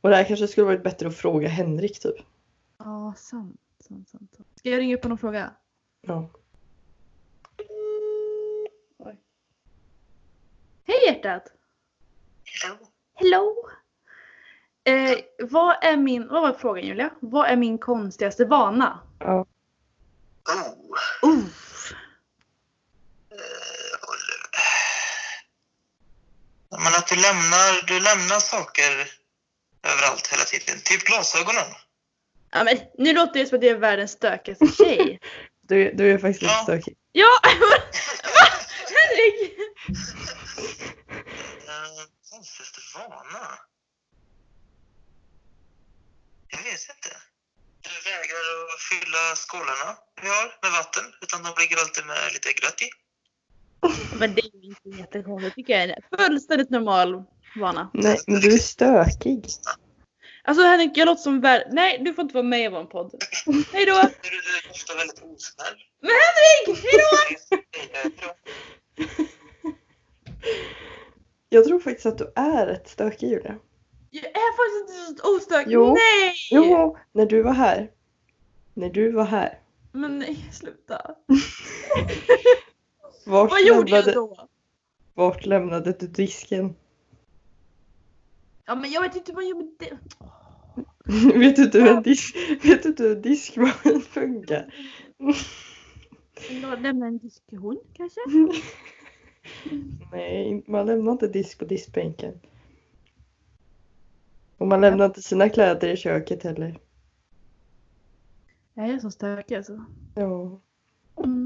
Speaker 2: Och det här kanske skulle varit bättre att fråga Henrik typ.
Speaker 1: Ja, sant, sant, sant. sant. Ska jag ringa upp honom och fråga?
Speaker 2: Ja.
Speaker 1: Hej hjärtat! Hello! Eh, vad är min, vad var frågan Julia? Vad är min konstigaste vana?
Speaker 2: ja.
Speaker 3: Oh.
Speaker 1: Uff.
Speaker 3: Men att du lämnar, du lämnar saker överallt hela tiden. Typ glasögonen.
Speaker 1: Ja, men, nu låter det som att jag är världens stökigaste tjej.
Speaker 2: Du, du är faktiskt lite
Speaker 3: Ja.
Speaker 2: stökig.
Speaker 1: ja! Henrik!
Speaker 3: Eh, Konstigaste vana? Jag vet inte. Jag vägrar att fylla skålarna vi har med vatten. Utan de ligger alltid med lite gröt i.
Speaker 1: Men det är ju inte jättekonstigt tycker jag. är en fullständigt normal vana.
Speaker 2: Nej, men du är stökig.
Speaker 1: Alltså Henrik, jag låter som värld... Nej, du får inte vara med i vår podd. Hej då!
Speaker 3: Du, du är ofta väldigt osnäll.
Speaker 1: Men Henrik! Hej då!
Speaker 2: Jag tror faktiskt att du är rätt stökig Julia.
Speaker 1: Jag är faktiskt inte så ostökig.
Speaker 2: Jo.
Speaker 1: Nej!
Speaker 2: Jo, när du var här. När du var här.
Speaker 1: Men nej, sluta.
Speaker 2: Vart,
Speaker 1: Vad gjorde
Speaker 2: lämnade,
Speaker 1: jag då?
Speaker 2: vart lämnade du disken?
Speaker 1: Ja men jag vet inte vad jag gjorde. Det.
Speaker 2: vet, du inte hur en disk, vet du inte hur en diskmaskin funkar?
Speaker 1: Jag lämnade en diskussion kanske?
Speaker 2: Nej, man lämnar inte disk på diskbänken. Och man lämnar inte sina kläder i köket heller.
Speaker 1: Jag är så stökig alltså.
Speaker 2: Ja.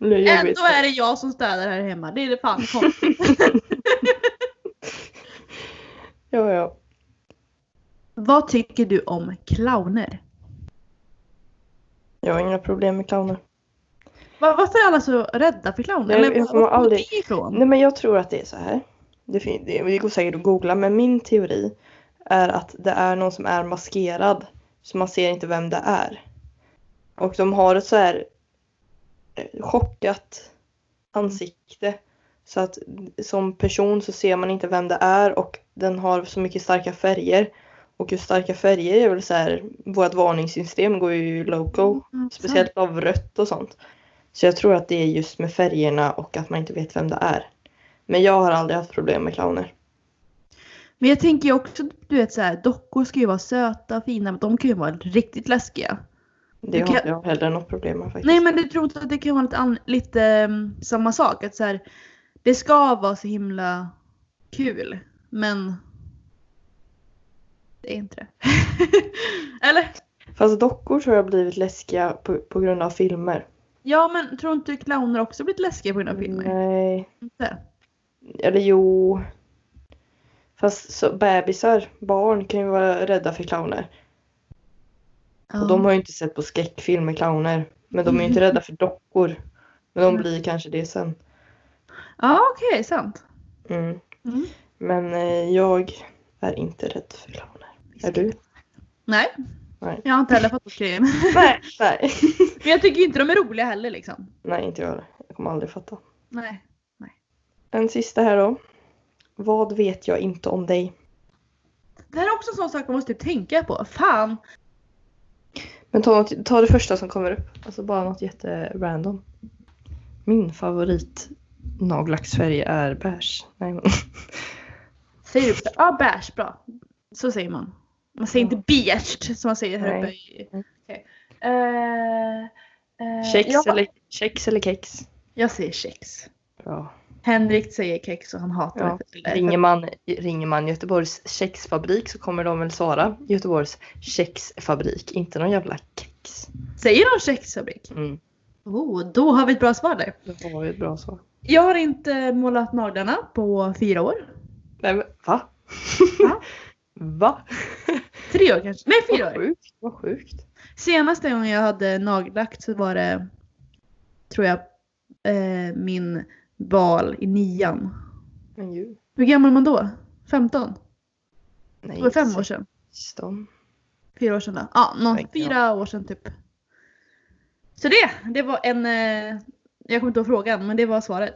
Speaker 1: Mm.
Speaker 2: Det är jobbigt.
Speaker 1: Ändå är det jag som städar här hemma. Det är det fan konstigt.
Speaker 2: Ja, ja.
Speaker 1: vad tycker du om clowner?
Speaker 2: Jag har inga problem med clowner.
Speaker 1: Va- Varför är alla så rädda för clowner?
Speaker 2: Nej,
Speaker 1: Eller
Speaker 2: jag
Speaker 1: var
Speaker 2: kommer
Speaker 1: kommer
Speaker 2: aldrig-
Speaker 1: det ifrån?
Speaker 2: Nej men jag tror att det är så här. Det, fin- det, det går säkert att googla men min teori är att det är någon som är maskerad så man ser inte vem det är. Och de har ett så här eh, chockat ansikte. Så att som person så ser man inte vem det är och den har så mycket starka färger. Och just starka färger är väl så här, vårt varningssystem går ju loco.
Speaker 1: Mm,
Speaker 2: Speciellt av rött och sånt. Så jag tror att det är just med färgerna och att man inte vet vem det är. Men jag har aldrig haft problem med clowner.
Speaker 1: Men jag tänker ju också, du vet så här, dockor ska ju vara söta och fina, men de kan ju vara riktigt läskiga.
Speaker 2: Det
Speaker 1: Du
Speaker 2: har
Speaker 1: kan-
Speaker 2: jag heller något problem med faktiskt.
Speaker 1: Nej men du tror inte att det kan vara lite, an- lite mm, samma sak? Att så här, det ska vara så himla kul, men det är inte det. Eller?
Speaker 2: Fast dockor tror jag har blivit läskiga på, på grund av filmer.
Speaker 1: Ja men tror inte clowner också blivit läskiga på grund av filmer?
Speaker 2: Nej.
Speaker 1: Inte?
Speaker 2: Eller jo. Fast så, bebisar, barn kan ju vara rädda för clowner.
Speaker 1: Ja.
Speaker 2: Och de har ju inte sett på skräckfilm med clowner. Men de är ju inte rädda för dockor. Men de blir kanske det sen.
Speaker 1: Ja okej, sant.
Speaker 2: Mm.
Speaker 1: Mm.
Speaker 2: Men eh, jag är inte rädd för clowner. Är du?
Speaker 1: Nej.
Speaker 2: Nej.
Speaker 1: Jag har inte heller fattat grejen.
Speaker 2: Nej. Nej.
Speaker 1: Men jag tycker inte de är roliga heller liksom.
Speaker 2: Nej, inte jag heller. Jag kommer aldrig fatta.
Speaker 1: Nej.
Speaker 2: En sista här då. Vad vet jag inte om dig?
Speaker 1: Det här är också en sån sak man måste typ tänka på. Fan!
Speaker 2: Men ta, något, ta det första som kommer upp. Alltså bara något jätterandom. Min favorit nagellacksfärg är beige. Nej, men.
Speaker 1: Säger du ja ah, beige, bra. Så säger man. Man säger inte beige som man säger här
Speaker 2: Nej.
Speaker 1: uppe i... Okej. Eh, eh,
Speaker 2: Kex,
Speaker 1: jag,
Speaker 2: eller, kex eller kex?
Speaker 1: jag säger kex.
Speaker 2: Bra.
Speaker 1: Henrik säger kex och han hatar
Speaker 2: Ja.
Speaker 1: mig för det.
Speaker 2: Ringer, man, ringer man Göteborgs kexfabrik så kommer de väl svara Göteborgs kexfabrik, inte någon jävla kex.
Speaker 1: Säger de kexfabrik?
Speaker 2: Mm.
Speaker 1: Oh, då har vi ett bra svar där.
Speaker 2: Det var ju ett bra svar.
Speaker 1: Jag har inte målat naglarna på fyra år.
Speaker 2: Nej men va?
Speaker 1: Va?
Speaker 2: va?
Speaker 1: Tre år kanske. Nej, fyra
Speaker 2: Vad
Speaker 1: år.
Speaker 2: sjukt. Vad sjukt.
Speaker 1: Senaste gången jag hade nagellack så var det, tror jag, eh, min bal i nian.
Speaker 2: Men ju.
Speaker 1: Hur gammal är man då? 15?
Speaker 2: Nej,
Speaker 1: Det var fem år sedan.
Speaker 2: 16.
Speaker 1: Fyra år sedan då. Ja, någon,
Speaker 2: Verkligen.
Speaker 1: fyra år sedan typ. Så det, det var en... Eh, jag kommer inte ihåg frågan, men det var svaret.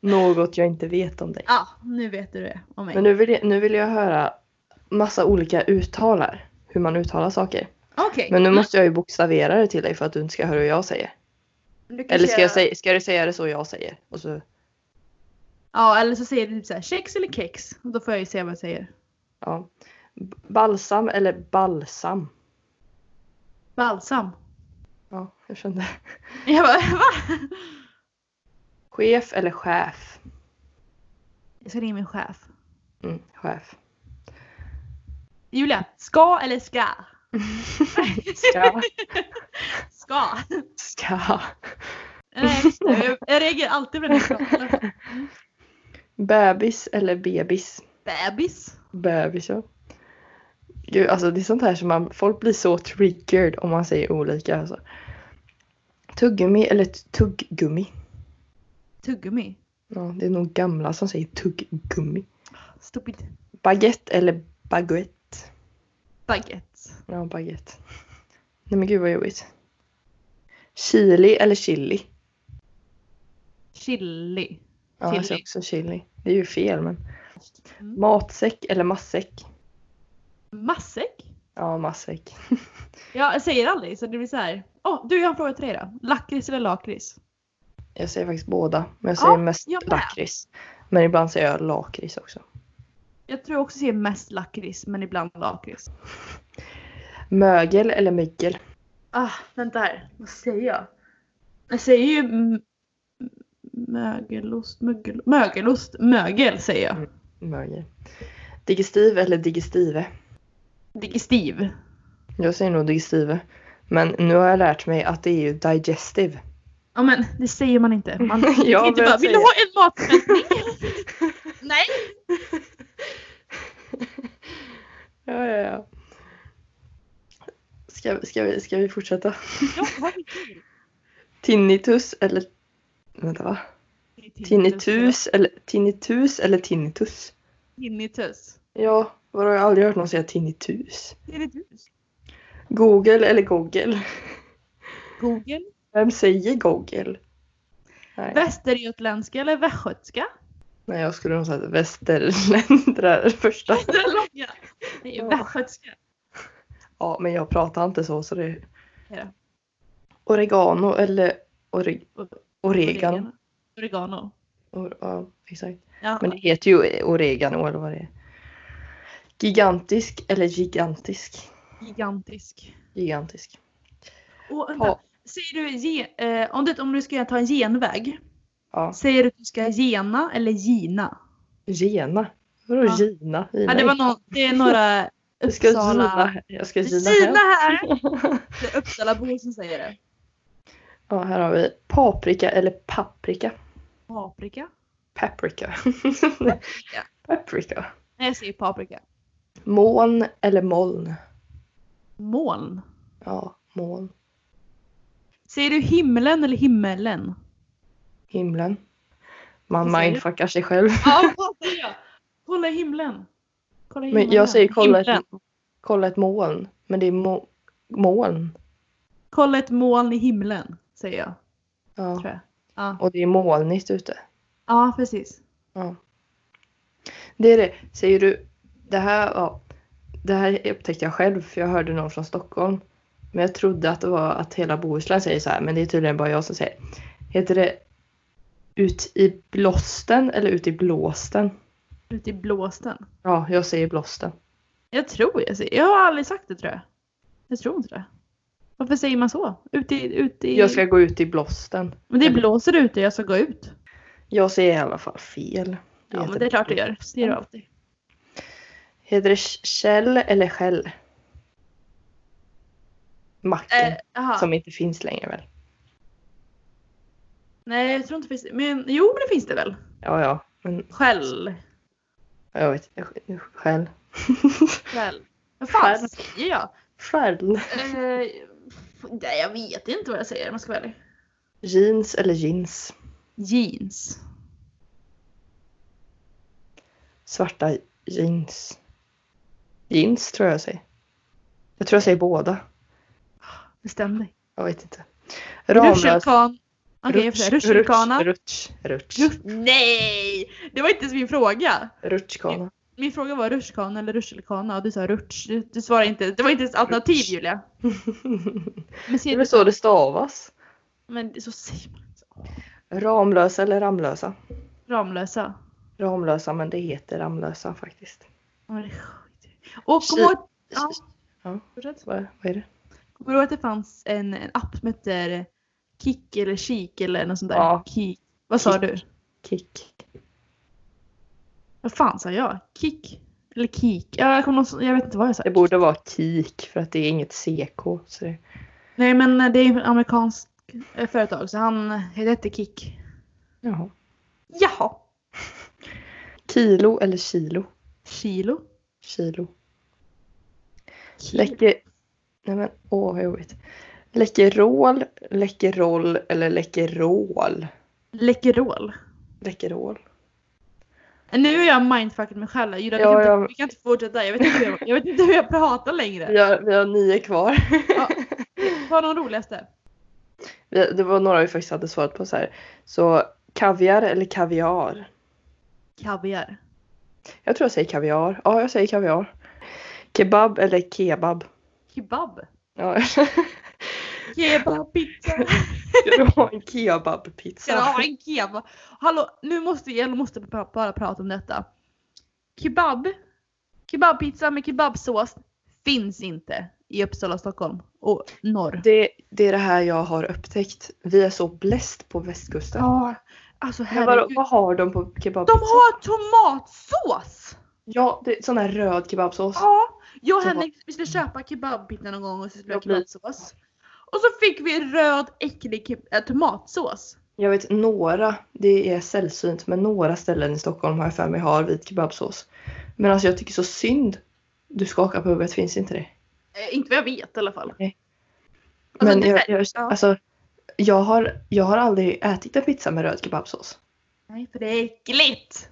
Speaker 2: Något jag inte vet om dig.
Speaker 1: ja, nu vet du det om mig.
Speaker 2: Men nu vill, jag, nu vill jag höra massa olika uttalar. Hur man uttalar saker.
Speaker 1: Okej.
Speaker 2: Men nu måste jag ju bokstavera det till dig för att du inte ska höra hur jag säger.
Speaker 1: Du kan
Speaker 2: Eller ska, jag säga, ska du säga det så jag säger? Och så,
Speaker 1: Ja, eller så säger du typ såhär kex eller kex. Och då får jag ju se vad jag säger.
Speaker 2: ja. B- Balsam eller balsam?
Speaker 1: Balsam.
Speaker 2: Ja, jag kände.
Speaker 1: Jag bara, va?
Speaker 2: Chef eller chef?
Speaker 1: Jag ska ringa min chef.
Speaker 2: Mm, chef.
Speaker 1: Julia, ska eller ska?
Speaker 2: Ska.
Speaker 1: Ska.
Speaker 2: Ska.
Speaker 1: Nej, just det. jag, jag reagerar alltid på den här frågan.
Speaker 2: Bebis eller bebis?
Speaker 1: Bebis.
Speaker 2: Bebis ja. Gud, alltså det är sånt här som man, folk blir så triggered om man säger olika alltså. Tuggummi eller t- tuggummi?
Speaker 1: Tuggummi.
Speaker 2: Ja, det är nog gamla som säger tuggummi.
Speaker 1: Stupid.
Speaker 2: Baguette eller baguette?
Speaker 1: Baguette.
Speaker 2: Ja, baguette. Nej men gud vad jobbigt. Chili eller chili?
Speaker 1: Chili.
Speaker 2: Ja, jag säger
Speaker 1: Chili.
Speaker 2: också chili. Det är ju fel men.
Speaker 1: Mm.
Speaker 2: Matsäck eller massäck?
Speaker 1: Matsäck?
Speaker 2: Ja, massäck.
Speaker 1: Ja, jag säger aldrig så det blir så här. Åh, du jag har en fråga till dig då. Lakrits eller lakrits?
Speaker 2: Jag säger faktiskt båda. Men jag
Speaker 1: Ja,
Speaker 2: säger mest
Speaker 1: jag med.
Speaker 2: lakrits. Men ibland säger jag lakrits också.
Speaker 1: Jag tror jag också säger mest lakrits men ibland lakrits.
Speaker 2: Mögel eller mygel?
Speaker 1: Ah, vänta här. Vad säger jag? Jag säger ju m- m- mögelost, mögel, mögelost, mögel säger jag.
Speaker 2: Mm. Mögel. Digestiv eller digestive?
Speaker 1: Digestiv.
Speaker 2: Jag säger nog digestive. Men nu har jag lärt mig att det är ju digestive.
Speaker 1: Ja men det säger man inte. Man
Speaker 2: Jag
Speaker 1: jag inte
Speaker 2: börjar
Speaker 1: bara, vill
Speaker 2: säga.
Speaker 1: du ha en matsmältning? Nej!
Speaker 2: Ja, ja, ja. Ska, ska, vi, ska vi fortsätta?
Speaker 1: Jag har inte tid.
Speaker 2: tinnitus eller... Vänta va? Tinnitus eller tinnitus eller tinnitus?
Speaker 1: Tinnitus.
Speaker 2: Ja, vadå jag har aldrig hört någon säga tinnitus.
Speaker 1: Tinnitus.
Speaker 2: Google eller Google?
Speaker 1: Google.
Speaker 2: Vem säger Google? Nej,
Speaker 1: Västergötländska eller västgötska?
Speaker 2: Nej jag skulle nog säga västerländare första.
Speaker 1: Det är långa. Det är
Speaker 2: Ja.
Speaker 1: västgötska.
Speaker 2: Ja men jag pratar inte så så det...
Speaker 1: Ja.
Speaker 2: Oregano eller ore... oregano?
Speaker 1: Oregano.
Speaker 2: Or... Ja, exakt.
Speaker 1: Ja.
Speaker 2: Men det heter ju oregano eller vad det är. Gigantisk eller gigantisk?
Speaker 1: Gigantisk.
Speaker 2: Gigantisk.
Speaker 1: Och vänta.
Speaker 2: Ja.
Speaker 1: Säger du ge, eh, om, du, om du ska ta en genväg.
Speaker 2: ja.
Speaker 1: Säger du att du ska gena eller gina?
Speaker 2: Gena? Vadå
Speaker 1: Ja.
Speaker 2: Gina? Gina?
Speaker 1: Ja, det, var någon, det är några
Speaker 2: jag ska
Speaker 1: Uppsala...
Speaker 2: Gina. Jag ska Gina
Speaker 1: Gina
Speaker 2: hem.
Speaker 1: här! Det är Uppsalabor som säger det.
Speaker 2: Ja, här har vi paprika eller paprika.
Speaker 1: Paprika?
Speaker 2: Paprika. paprika.
Speaker 1: Nej, jag säger paprika.
Speaker 2: Moln eller moln?
Speaker 1: Moln.
Speaker 2: Ja, moln.
Speaker 1: Säger du himlen eller himmelen?
Speaker 2: Himlen. Man
Speaker 1: Vad säger du?
Speaker 2: mindfuckar sig själv.
Speaker 1: Ja, vad säger jag? Kolla himlen. Kolla himlen.
Speaker 2: Men jag säger kolla
Speaker 1: Himlen.
Speaker 2: ett, kolla ett moln. Men det är mo- moln.
Speaker 1: Kolla ett moln i himlen, säger jag.
Speaker 2: Ja.
Speaker 1: Tror jag. Ja.
Speaker 2: Och det är molnigt ute.
Speaker 1: ja, precis.
Speaker 2: Det är det. Säger du det här, ja, det här upptäckte jag själv för jag hörde någon från Stockholm. Men jag trodde att det var att hela Bohuslän säger så här men det är tydligen bara jag som säger. Heter det ut i blåsten eller ut i blåsten?
Speaker 1: Ute i blåsten.
Speaker 2: Ja, jag säger blåsten.
Speaker 1: Jag tror jag säger... Jag har aldrig sagt det tror jag. Jag tror inte det. Varför säger man så? Ute i... Ute i...
Speaker 2: Jag ska gå ut i blåsten.
Speaker 1: Men det blåser ute, jag ska gå ut.
Speaker 2: Jag säger i alla fall fel.
Speaker 1: Ja,
Speaker 2: heter
Speaker 1: men det är klart du gör. Det gör du alltid.
Speaker 2: Heter det käll eller skäll? Macken
Speaker 1: Eh, aha.
Speaker 2: som inte finns längre väl?
Speaker 1: Nej, jag tror inte det finns. Men jo, men det finns det väl.
Speaker 2: Ja, ja, men
Speaker 1: Skäll.
Speaker 2: jag vet, skäll.
Speaker 1: Skäll. Vad fan
Speaker 2: Skäll.
Speaker 1: säger jag?
Speaker 2: Skäll.
Speaker 1: Eh, f- nej, jag vet inte vad jag säger om jag ska vara ärlig.
Speaker 2: Jeans eller jeans?
Speaker 1: Jeans.
Speaker 2: Svarta jeans. Jeans tror jag säger. Jag tror jag säger båda.
Speaker 1: Bestäm dig.
Speaker 2: Jag vet inte.
Speaker 1: Rutschkan. Okej, jag får säga
Speaker 2: rutsch,
Speaker 1: rutschkana.
Speaker 2: rutsch, rutsch,
Speaker 1: Rutsch- Nej! Det var inte ens min fråga.
Speaker 2: rutschkana.
Speaker 1: Min fråga var rutschkana eller rutschkana och du sa rutsch. Du, du svarade inte. Det var inte ens alternativ
Speaker 2: Rutsch.
Speaker 1: Julia. Men,
Speaker 2: Det är
Speaker 1: ser,
Speaker 2: väl så det stavas.
Speaker 1: men det- så säger man inte.
Speaker 2: Ramlösa eller Ramlösa?
Speaker 1: Ramlösa.
Speaker 2: Ramlösa, men det heter Ramlösa faktiskt.
Speaker 1: Ja, men det är skit. Och kom
Speaker 2: Ki-
Speaker 1: ihåg... Ja,
Speaker 2: Ja.
Speaker 1: fortsätt.
Speaker 2: Vad, vad är det?
Speaker 1: Kommer du ihåg att det fanns en, en app som hette eh, Kik eller Kik eller något sånt där?
Speaker 2: Ja.
Speaker 1: Kik. Vad sa
Speaker 2: Kik.
Speaker 1: du?
Speaker 2: Kick.
Speaker 1: Vad fan sa jag? Kik? Eller Kik? Ja, jag, kommer någon, jag vet inte vad jag sa.
Speaker 2: Det borde vara kik för att det är inget CK. Så det...
Speaker 1: Nej men eh, det är ett amerikanskt eh, företag så han eh, det hette Kik.
Speaker 2: Jaha.
Speaker 1: Jaha.
Speaker 2: Kilo eller kilo?
Speaker 1: Kilo?
Speaker 2: Kilo.
Speaker 1: Kilo.
Speaker 2: Läcker... Nej men åh vad jobbigt. Läckerol, läckeroll eller läckerol?
Speaker 1: Läkerol.
Speaker 2: Läckerol.
Speaker 1: Nu är jag mindfuckad mig själv. Julia,
Speaker 2: Ja,
Speaker 1: vi, kan
Speaker 2: ja.
Speaker 1: inte, vi kan inte fortsätta. Jag vet inte hur jag, jag, vet inte hur jag pratar längre.
Speaker 2: Vi har, vi har nio kvar.
Speaker 1: Ja. Ta de roligaste.
Speaker 2: Vi- Det var några vi faktiskt hade svarat på så här. Så kaviar eller kaviar?
Speaker 1: Kaviar.
Speaker 2: Jag tror jag säger kaviar. Ja, jag säger kaviar. Kebab eller kebab?
Speaker 1: Kebab.
Speaker 2: Ja.
Speaker 1: Kebab, pizza.
Speaker 2: Ska du ha en kebabpizza?
Speaker 1: Ska ha "Ah, en kebab? Hallå, nu måste jag måste bara, bara prata om detta. Kebab, kebabpizza med kebabsås finns inte i Uppsala, Stockholm och norr.
Speaker 2: Det, det är det här jag har upptäckt. Vi är så bläst på västkusten.
Speaker 1: Ja, alltså
Speaker 2: Men vadå,
Speaker 1: herregud.
Speaker 2: vad har de på
Speaker 1: De
Speaker 2: kebabpizza?
Speaker 1: har tomatsås!
Speaker 2: Ja, det är sån här röd kebabsås.
Speaker 1: Ja, jag och
Speaker 2: Tomat-
Speaker 1: Henrik vi skulle köpa kebabpizza någon gång och så skulle vi ha
Speaker 2: Jag blir-
Speaker 1: kebabsås. Och så fick vi röd äcklig ke- äh, tomatsås.
Speaker 2: Jag vet några, det är sällsynt, men några ställen i Stockholm har jag för mig har vit kebabsås. Men alltså jag tycker så synd. Du skakar på huvudet, finns inte det?
Speaker 1: Eh, inte vad jag vet i alla fall.
Speaker 2: Nej.
Speaker 1: Alltså,
Speaker 2: men
Speaker 1: det-
Speaker 2: jag, jag,
Speaker 1: ja.
Speaker 2: alltså, jag har, jag har aldrig ätit en pizza med röd kebabsås.
Speaker 1: Nej, för det är äckligt.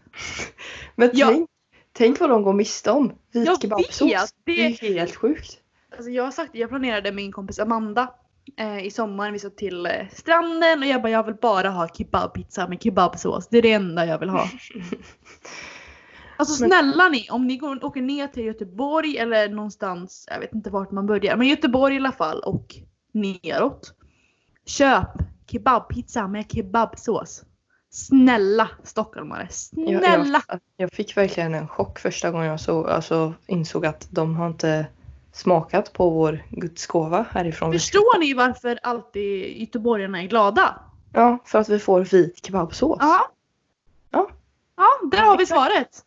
Speaker 2: Men
Speaker 1: Ja.
Speaker 2: tänk, tänk vad de går miste om. Vit
Speaker 1: Jag
Speaker 2: kebabsås.
Speaker 1: vet,
Speaker 2: Det... är
Speaker 1: det-
Speaker 2: ju helt sjukt.
Speaker 1: Alltså jag har sagt jag planerade med min kompis Amanda eh, i sommar. Vi ska till eh, stranden och jag bara jag vill bara ha kebabpizza med kebabsås. Det är det enda jag vill ha. Alltså
Speaker 2: Men-
Speaker 1: snälla ni, om ni går, åker ner till Göteborg eller någonstans, jag vet inte vart man börjar, men Göteborg i alla fall och neråt. Köp kebabpizza med kebabsås. Snälla stockholmare,
Speaker 2: Jag,
Speaker 1: snälla!
Speaker 2: jag, jag fick verkligen en chock första gången jag såg, alltså, insåg att de har inte smakat på vår gudsgåva härifrån.
Speaker 1: Förstår ni varför alltid göteborgarna är glada?
Speaker 2: Ja, för att vi får vit kebabsås.
Speaker 1: Ja.
Speaker 2: Ja.
Speaker 1: Ja, där har vi svaret.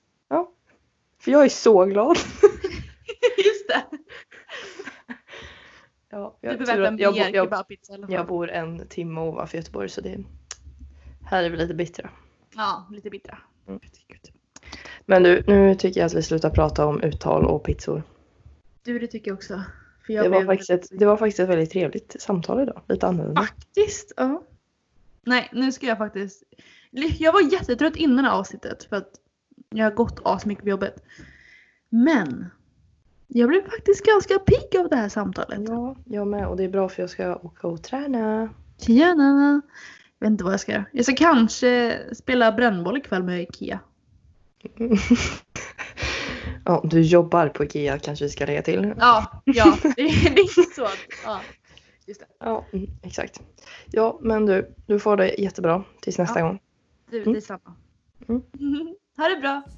Speaker 2: För jag är så glad.
Speaker 1: Just det.
Speaker 2: Ja,
Speaker 1: Du
Speaker 2: jag,
Speaker 1: behöver
Speaker 2: tur
Speaker 1: en
Speaker 2: att, jag,
Speaker 1: bier
Speaker 2: bo- jag,
Speaker 1: kebabpizza eller
Speaker 2: jag bor en timme ovanför Göteborg så det här är vi lite bittra.
Speaker 1: Ja, lite bittra.
Speaker 2: Mm. Men du, nu tycker jag att vi slutar prata om uttal och pizzor.
Speaker 1: Du, det tycker jag också. För jag
Speaker 2: Det var,
Speaker 1: blev-
Speaker 2: faktiskt ett, det var faktiskt ett väldigt trevligt samtal idag. Lite
Speaker 1: Ah,
Speaker 2: annorlunda.
Speaker 1: Faktiskt, ja. Nej, nu ska jag faktiskt... Jag var jättetrött innan det här avsnittet för att jag har gått asmycket på jobbet. Men jag blev faktiskt ganska pigg av det här samtalet.
Speaker 2: Ja, jag med. Och det är bra för jag ska åka och träna.
Speaker 1: Tjena! Jag vet inte vad jag ska göra. Jag ska kanske spela brännboll ikväll med Ikea.
Speaker 2: Ja, du jobbar på Ikea kanske vi ska lägga till.
Speaker 1: Ja, ja. Det, det är inte så att... Ja. Just det.
Speaker 2: Ja, mm, exakt. Ja, men du, du får det jättebra tills nästa
Speaker 1: Ja.
Speaker 2: gång.
Speaker 1: Du,
Speaker 2: Mm.
Speaker 1: detsamma.
Speaker 2: Mm.
Speaker 1: ha det bra!